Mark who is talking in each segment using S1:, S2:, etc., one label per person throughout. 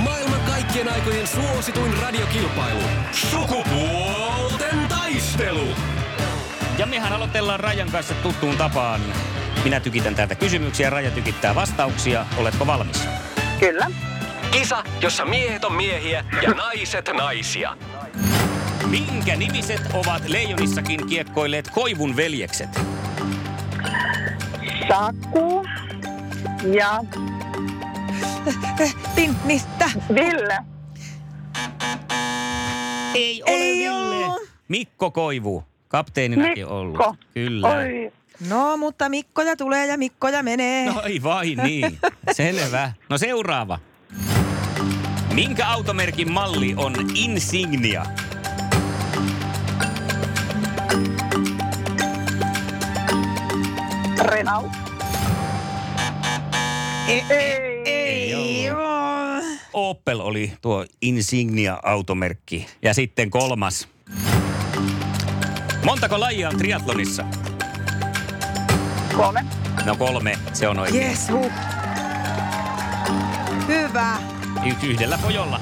S1: Maailman kaikkien aikojen suosituin radiokilpailu. Sukupuolten taistelu.
S2: Ja mehän aloitellaan Rajan kanssa tuttuun tapaan. Minä tykitän täältä kysymyksiä, Raja tykittää vastauksia. Oletko valmis?
S3: Kyllä.
S1: Kisa, jossa miehet on miehiä ja naiset naisia.
S2: Minkä nimiset ovat Leijonissakin kiekkoilleet Koivun veljekset?
S3: Saku ja
S4: Tinnistä.
S3: Ville.
S2: Ei ole
S4: Ei
S2: Ville.
S4: oo.
S2: Mikko Koivu, kapteeninakin ollut.
S3: Mikko.
S2: Kyllä.
S3: Oi.
S4: No, mutta Mikkoja tulee ja Mikkoja menee.
S2: No ei vai niin. Selvä. No seuraava. Minkä automerkin malli on Insignia?
S3: Renault. E,
S4: Ei,
S3: Ei.
S2: Ei
S4: ei oo.
S2: Opel oli tuo Insignia-automerkki. Ja sitten kolmas. Montako lajia on triatlonissa?
S3: Kolme.
S2: No kolme, se on oikein.
S4: Jes, huh. Hyvä. No niin.
S2: Y- yhdellä pojolla.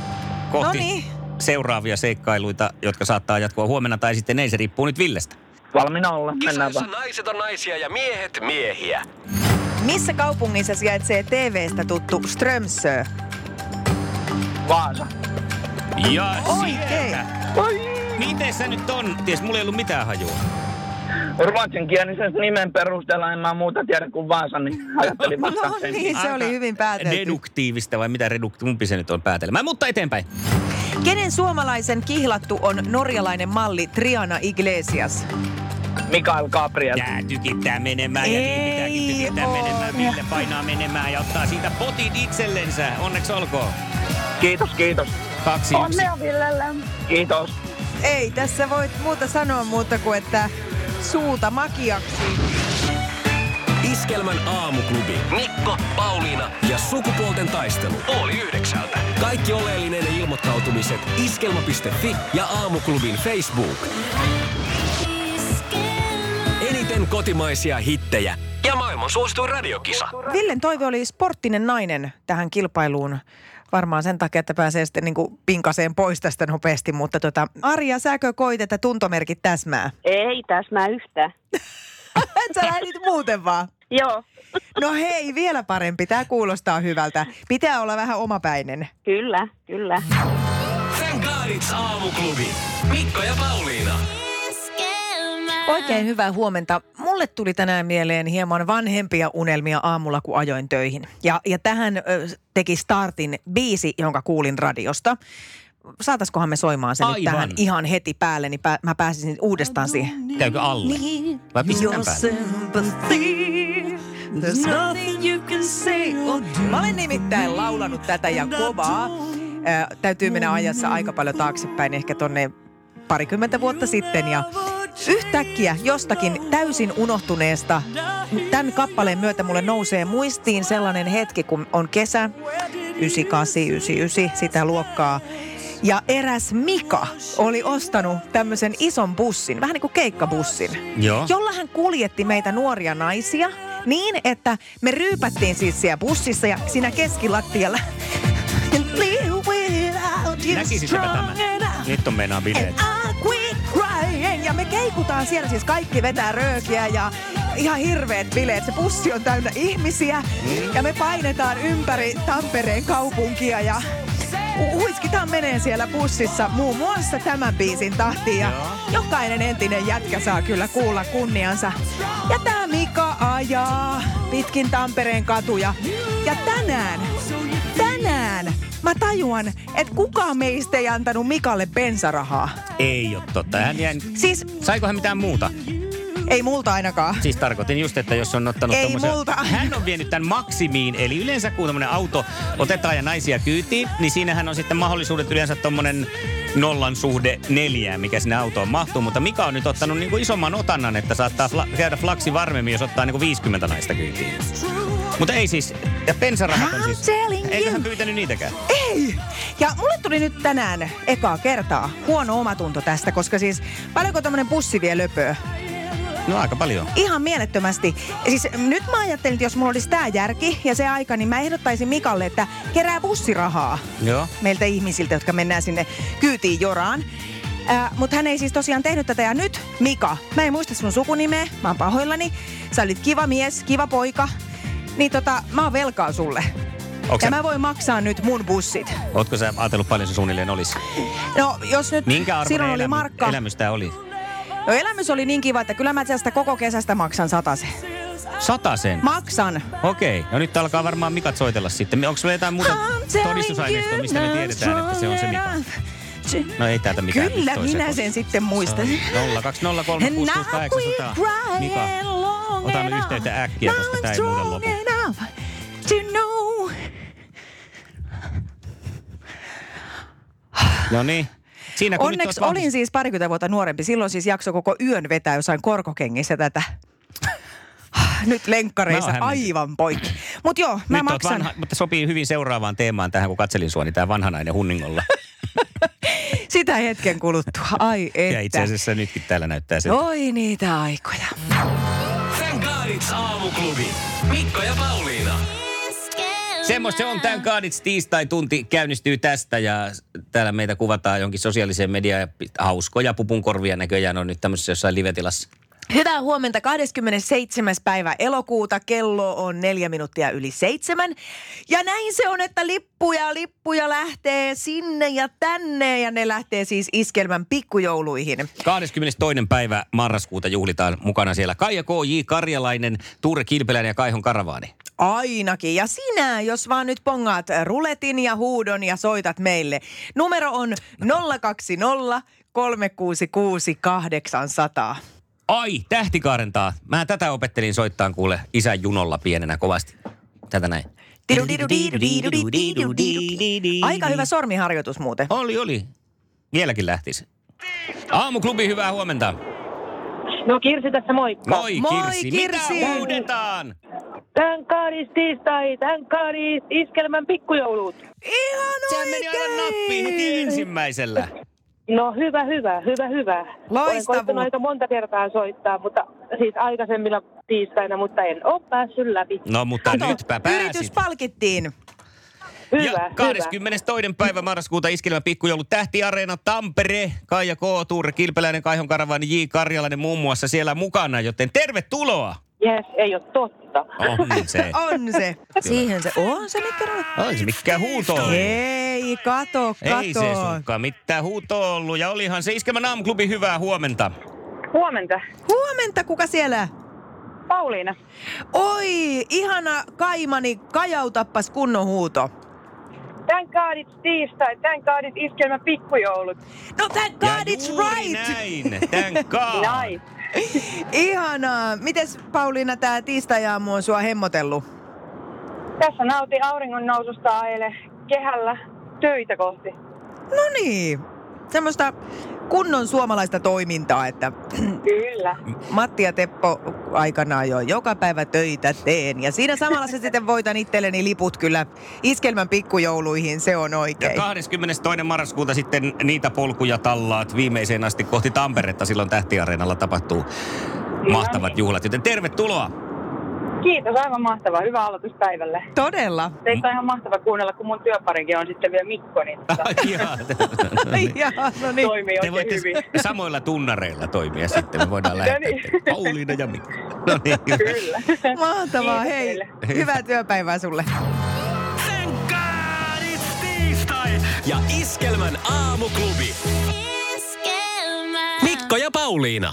S2: Kohti
S4: Noniin.
S2: seuraavia seikkailuita, jotka saattaa jatkua huomenna tai sitten ei, se riippuu nyt Villestä.
S3: Valmiina olla.
S1: Kisa,
S3: Mennään
S1: jossa
S3: vaan.
S1: naiset on naisia ja miehet miehiä.
S4: Missä kaupungissa sijaitsee TVstä tuttu Strömsö?
S3: Vaasa.
S2: Ja
S4: Oikein.
S2: sieltä.
S3: Oi.
S2: Miten se nyt on? Ties, mulla ei ollut mitään hajua.
S3: Ruotsinkielisen nimen perusteella en mä muuta tiedä kuin Vaasa, niin ajattelin
S4: No
S3: vastaan sen.
S4: niin, se oli
S2: Aika
S4: hyvin päätelty.
S2: Deduktiivista vai mitä redukti, kumpi se nyt on päätelemään, mutta eteenpäin.
S4: Kenen suomalaisen kihlattu on norjalainen malli Triana Iglesias?
S3: Mikael Gabriel.
S2: Tää tykittää menemään ja niin
S4: Ei
S2: pitääkin tykittää
S4: oo.
S2: menemään. Ville painaa menemään ja ottaa siitä potin itsellensä. Onneksi olkoon.
S3: Kiitos, kiitos.
S2: Kaksi yksi.
S3: Villelle. Kiitos.
S4: Ei tässä voi muuta sanoa muuta kuin, että suuta makiaksi.
S1: Iskelmän aamuklubi. Mikko, Pauliina ja sukupuolten taistelu. Oli yhdeksältä. Kaikki oleellinen ilmoittautumiset iskelma.fi ja aamuklubin Facebook. Eniten kotimaisia hittejä ja maailman suosituin radiokisa.
S4: Villen toive oli sporttinen nainen tähän kilpailuun. Varmaan sen takia, että pääsee sitten niin kuin pinkaseen pois tästä nopeasti, mutta tota, Arja, säkö koit, että tuntomerkit täsmää?
S5: Ei täsmää yhtään.
S4: Et sä lähdit muuten vaan.
S5: Joo,
S4: No hei, vielä parempi. Tämä kuulostaa hyvältä. Pitää olla vähän omapäinen.
S5: kyllä, kyllä.
S1: Thank God it's aamuklubi. Mikko ja Pauliina.
S4: Oikein hyvää huomenta. Mulle tuli tänään mieleen hieman vanhempia unelmia aamulla, kun ajoin töihin. Ja, ja tähän ö, teki startin biisi, jonka kuulin radiosta. Saataskohan me soimaan sen nyt
S2: Aivan.
S4: tähän ihan heti päälle, niin pä, mä pääsisin uudestaan
S1: no
S4: siihen.
S2: Käykö alle? Vai pistetään päälle?
S4: Mä olen nimittäin laulanut tätä ja kovaa. Ää, täytyy mennä ajassa aika paljon taaksepäin, ehkä tonne parikymmentä vuotta sitten. Ja yhtäkkiä jostakin täysin unohtuneesta tämän kappaleen myötä mulle nousee muistiin sellainen hetki, kun on kesä 98, 99, sitä luokkaa. Ja eräs Mika oli ostanut tämmöisen ison bussin, vähän niin kuin keikkabussin
S2: Joo.
S4: jolla hän kuljetti meitä nuoria naisia niin, että me ryypättiin siis siellä bussissa ja siinä keskilattialla.
S2: Näkisitpä tämän. Nyt on meinaa bileet.
S4: And I quit crying. Ja me keikutaan siellä, siis kaikki vetää röökiä ja ihan hirveet bileet. Se pussi on täynnä ihmisiä ja me painetaan ympäri Tampereen kaupunkia ja hu- huiskitaan menee siellä bussissa muun muassa tämän biisin tahtiin ja jokainen entinen jätkä saa kyllä kuulla kunniansa. Ja tää Mika ajaa pitkin Tampereen katuja. Ja tänään tänään mä tajuan, että kukaan meistä ei antanut Mikalle bensarahaa.
S2: Ei oo totta. Hän jäi...
S4: Siis
S2: Saiko hän mitään muuta?
S4: Ei multa ainakaan.
S2: Siis tarkoitin just, että jos on ottanut
S4: Ei
S2: tommosen-
S4: multa.
S2: Hän on vienyt tämän maksimiin, eli yleensä kun tämmöinen auto otetaan ja naisia kyytiin, niin siinähän on sitten mahdollisuudet yleensä tommonen nollan suhde neljää, mikä sinne autoon mahtuu. Mutta Mika on nyt ottanut niinku isomman otannan, että saattaa fla- käydä flaksi varmemmin, jos ottaa niinku 50 naista kyytiin. Mutta ei siis, ja pensarahat on
S4: I'm
S2: siis,
S4: telling you.
S2: eiköhän pyytänyt niitäkään.
S4: Ei! Ja mulle tuli nyt tänään ekaa kertaa huono omatunto tästä, koska siis paljonko tämmönen bussi vie löpöä?
S2: No aika paljon.
S4: Ihan mielettömästi. Siis nyt mä ajattelin, että jos mulla olisi tää järki ja se aika, niin mä ehdottaisin Mikalle, että kerää bussirahaa
S2: Joo.
S4: meiltä ihmisiltä, jotka mennään sinne kyytiin joraan. Äh, Mutta hän ei siis tosiaan tehnyt tätä. Ja nyt, Mika, mä en muista sun sukunimeä, mä oon pahoillani. Sä olit kiva mies, kiva poika. Niin tota, mä oon velkaa sulle.
S2: Onks sä-
S4: ja mä voin maksaa nyt mun bussit.
S2: Ootko sä ajatellut paljon se suunnilleen olisi?
S4: No, jos nyt
S2: Minkä
S4: silloin
S2: arvoinen
S4: oli
S2: elämy-
S4: markka.
S2: elämys tää oli?
S4: No elämys oli niin kiva, että kyllä mä tästä koko kesästä maksan satasen.
S2: Satasen.
S4: Maksan.
S2: Okei, no nyt alkaa varmaan Mikat soitella sitten. Onko sulla jotain muuta todistusaineistoa, mistä me tiedetään, että se on se Mika? No ei täältä mikään
S4: Kyllä,
S2: toiseen No,
S4: minä
S2: koske.
S4: sen sitten muistan.
S2: 020366800. Mika, ota nyt yhteyttä äkkiä, koska tää ei muuten lopu. No niin. Siinä kun nyt
S4: Onneksi
S2: oot
S4: olin siis parikymmentä vuotta nuorempi. Silloin siis jakso koko yön vetää jossain korkokengissä tätä. Nyt lenkkareissa
S2: Mä oon hämmentynyt.
S4: aivan poikki. Mut joo, mä
S2: Nyt oot
S4: maksan.
S2: Vanha, mutta sopii hyvin seuraavaan teemaan tähän, kun katselin sua, niin tämä vanhanainen hunningolla.
S4: Sitä hetken kuluttua. Ai että. Oh.
S2: ja itse asiassa nytkin täällä näyttää se.
S4: Oi niitä aikoja.
S1: Thank God it's aamuklubi. Mikko ja Pauliina.
S2: Semmoista se on. Tämän kaadits tiistai-tunti käynnistyy tästä ja täällä meitä kuvataan jonkin sosiaaliseen mediaan. ja pi- Hauskoja pupunkorvia näköjään on nyt tämmöisessä jossain livetilassa.
S4: Hyvää huomenta. 27. päivä elokuuta. Kello on neljä minuuttia yli seitsemän. Ja näin se on, että lippuja, lippuja lähtee sinne ja tänne. Ja ne lähtee siis iskelmän pikkujouluihin.
S2: 22. päivä marraskuuta juhlitaan mukana siellä Kaija K.J. Karjalainen, Tuure Kilpeläinen ja Kaihon Karavaani.
S4: Ainakin. Ja sinä, jos vaan nyt pongaat ruletin ja huudon ja soitat meille. Numero on 020 366 800.
S2: Ai, tähtikaarentaa. Mä tätä opettelin soittaa kuule isän junolla pienenä kovasti. Tätä näin.
S4: Aika hyvä sormiharjoitus muuten.
S2: Oli, oli. Vieläkin lähtisi. Aamuklubi, hyvää huomenta.
S6: No Kirsi tässä moikka.
S2: Moi,
S4: Moi,
S2: Kirsi.
S4: Kirsi.
S2: Mitä huudetaan?
S6: Tän kaaris tiistai, tän kaaris iskelmän pikkujoulut.
S4: Ihan
S2: Sehän meni aivan nappiin heti ensimmäisellä.
S6: No hyvä, hyvä, hyvä, hyvä. Olen
S4: Loistavuutta.
S6: koittanut aika monta kertaa soittaa, mutta siis aikaisemmilla tiistaina, mutta en ole päässyt läpi.
S2: No mutta
S4: Kato,
S2: nytpä
S4: Yritys
S2: pääsit.
S4: palkittiin.
S6: Hyvä,
S2: ja
S6: hyvä.
S2: 22. päivä marraskuuta iskelmä pikkujoulut Tähtiareena Tampere. Kaija K. Tuure Kilpeläinen, Kaihon Karavainen, J. Karjalainen muun muassa siellä mukana, joten tervetuloa.
S6: Yes, ei ole totta.
S2: On se.
S4: On se. Siihen se on se, mikä on.
S2: On se mikä huuto oli.
S4: Ei, kato, kato.
S2: Ei se suinkaan mitään huuto ollut. Ja olihan se Iskelmän aamuklubi hyvää huomenta.
S6: Huomenta.
S4: Huomenta, kuka siellä?
S6: Pauliina.
S4: Oi, ihana kaimani, kajautappas kunnon huuto.
S6: Tän kaadit tiistai, tän kaadit iskelmän pikkujoulut.
S4: No thank
S2: Ja
S4: God it's
S2: juuri
S4: right.
S2: näin. Thank God.
S6: Nice.
S4: Ihanaa. Mites Pauliina tää tiistajaamu on sua hemmotellut?
S6: Tässä nautin auringon noususta aile kehällä töitä kohti.
S4: No niin, semmoista kunnon suomalaista toimintaa, että
S6: Kyllä.
S4: Matti ja Teppo aikanaan jo joka päivä töitä teen. Ja siinä samalla se sitten voitan itselleni liput kyllä iskelmän pikkujouluihin, se on
S2: Ja
S4: oikein.
S2: 22. marraskuuta sitten niitä polkuja tallaat viimeiseen asti kohti Tamperetta. Silloin Tähtiareenalla tapahtuu mahtavat juhlat. Joten tervetuloa.
S6: Kiitos, aivan mahtavaa. Hyvä aloitus päivälle.
S4: Todella.
S6: Teitä on ihan mahtava kuunnella, kun mun työparikin on sitten vielä Mikko, niin tota,
S2: Ai jaa.
S4: Ja, no niin.
S6: toimii
S2: Te
S6: oikein
S2: voitte
S6: hyvin.
S2: samoilla tunnareilla toimia sitten. Me voidaan lähettää
S6: niin.
S2: teille. Pauliina ja Mikko. No niin.
S6: Kyllä.
S4: Mahtavaa,
S6: Kiitos
S4: hei.
S6: teille.
S4: Hyvää työpäivää sulle.
S1: Thank God it's tiistai. Ja Iskelmän aamuklubi. Mikko ja Pauliina.